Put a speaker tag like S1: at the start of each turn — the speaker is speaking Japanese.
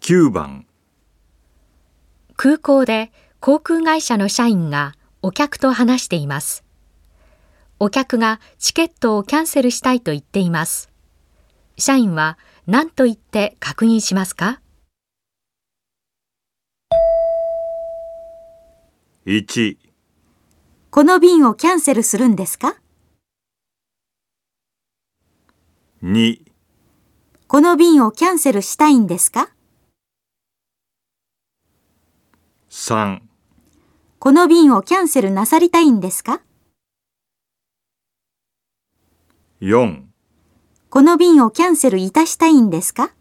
S1: 9番
S2: 空港で航空会社の社員がお客と話しています。お客がチケットをキャンセルしたいと言っています。社員は何と言って確認しますか
S1: 1
S3: この便をキャンセルするんですか
S1: 2
S3: この便をキャンセルしたいんですか
S1: 3
S3: この便をキャンセルなさりたいんですか
S1: 4
S3: この便をキャンセルいたしたいんですか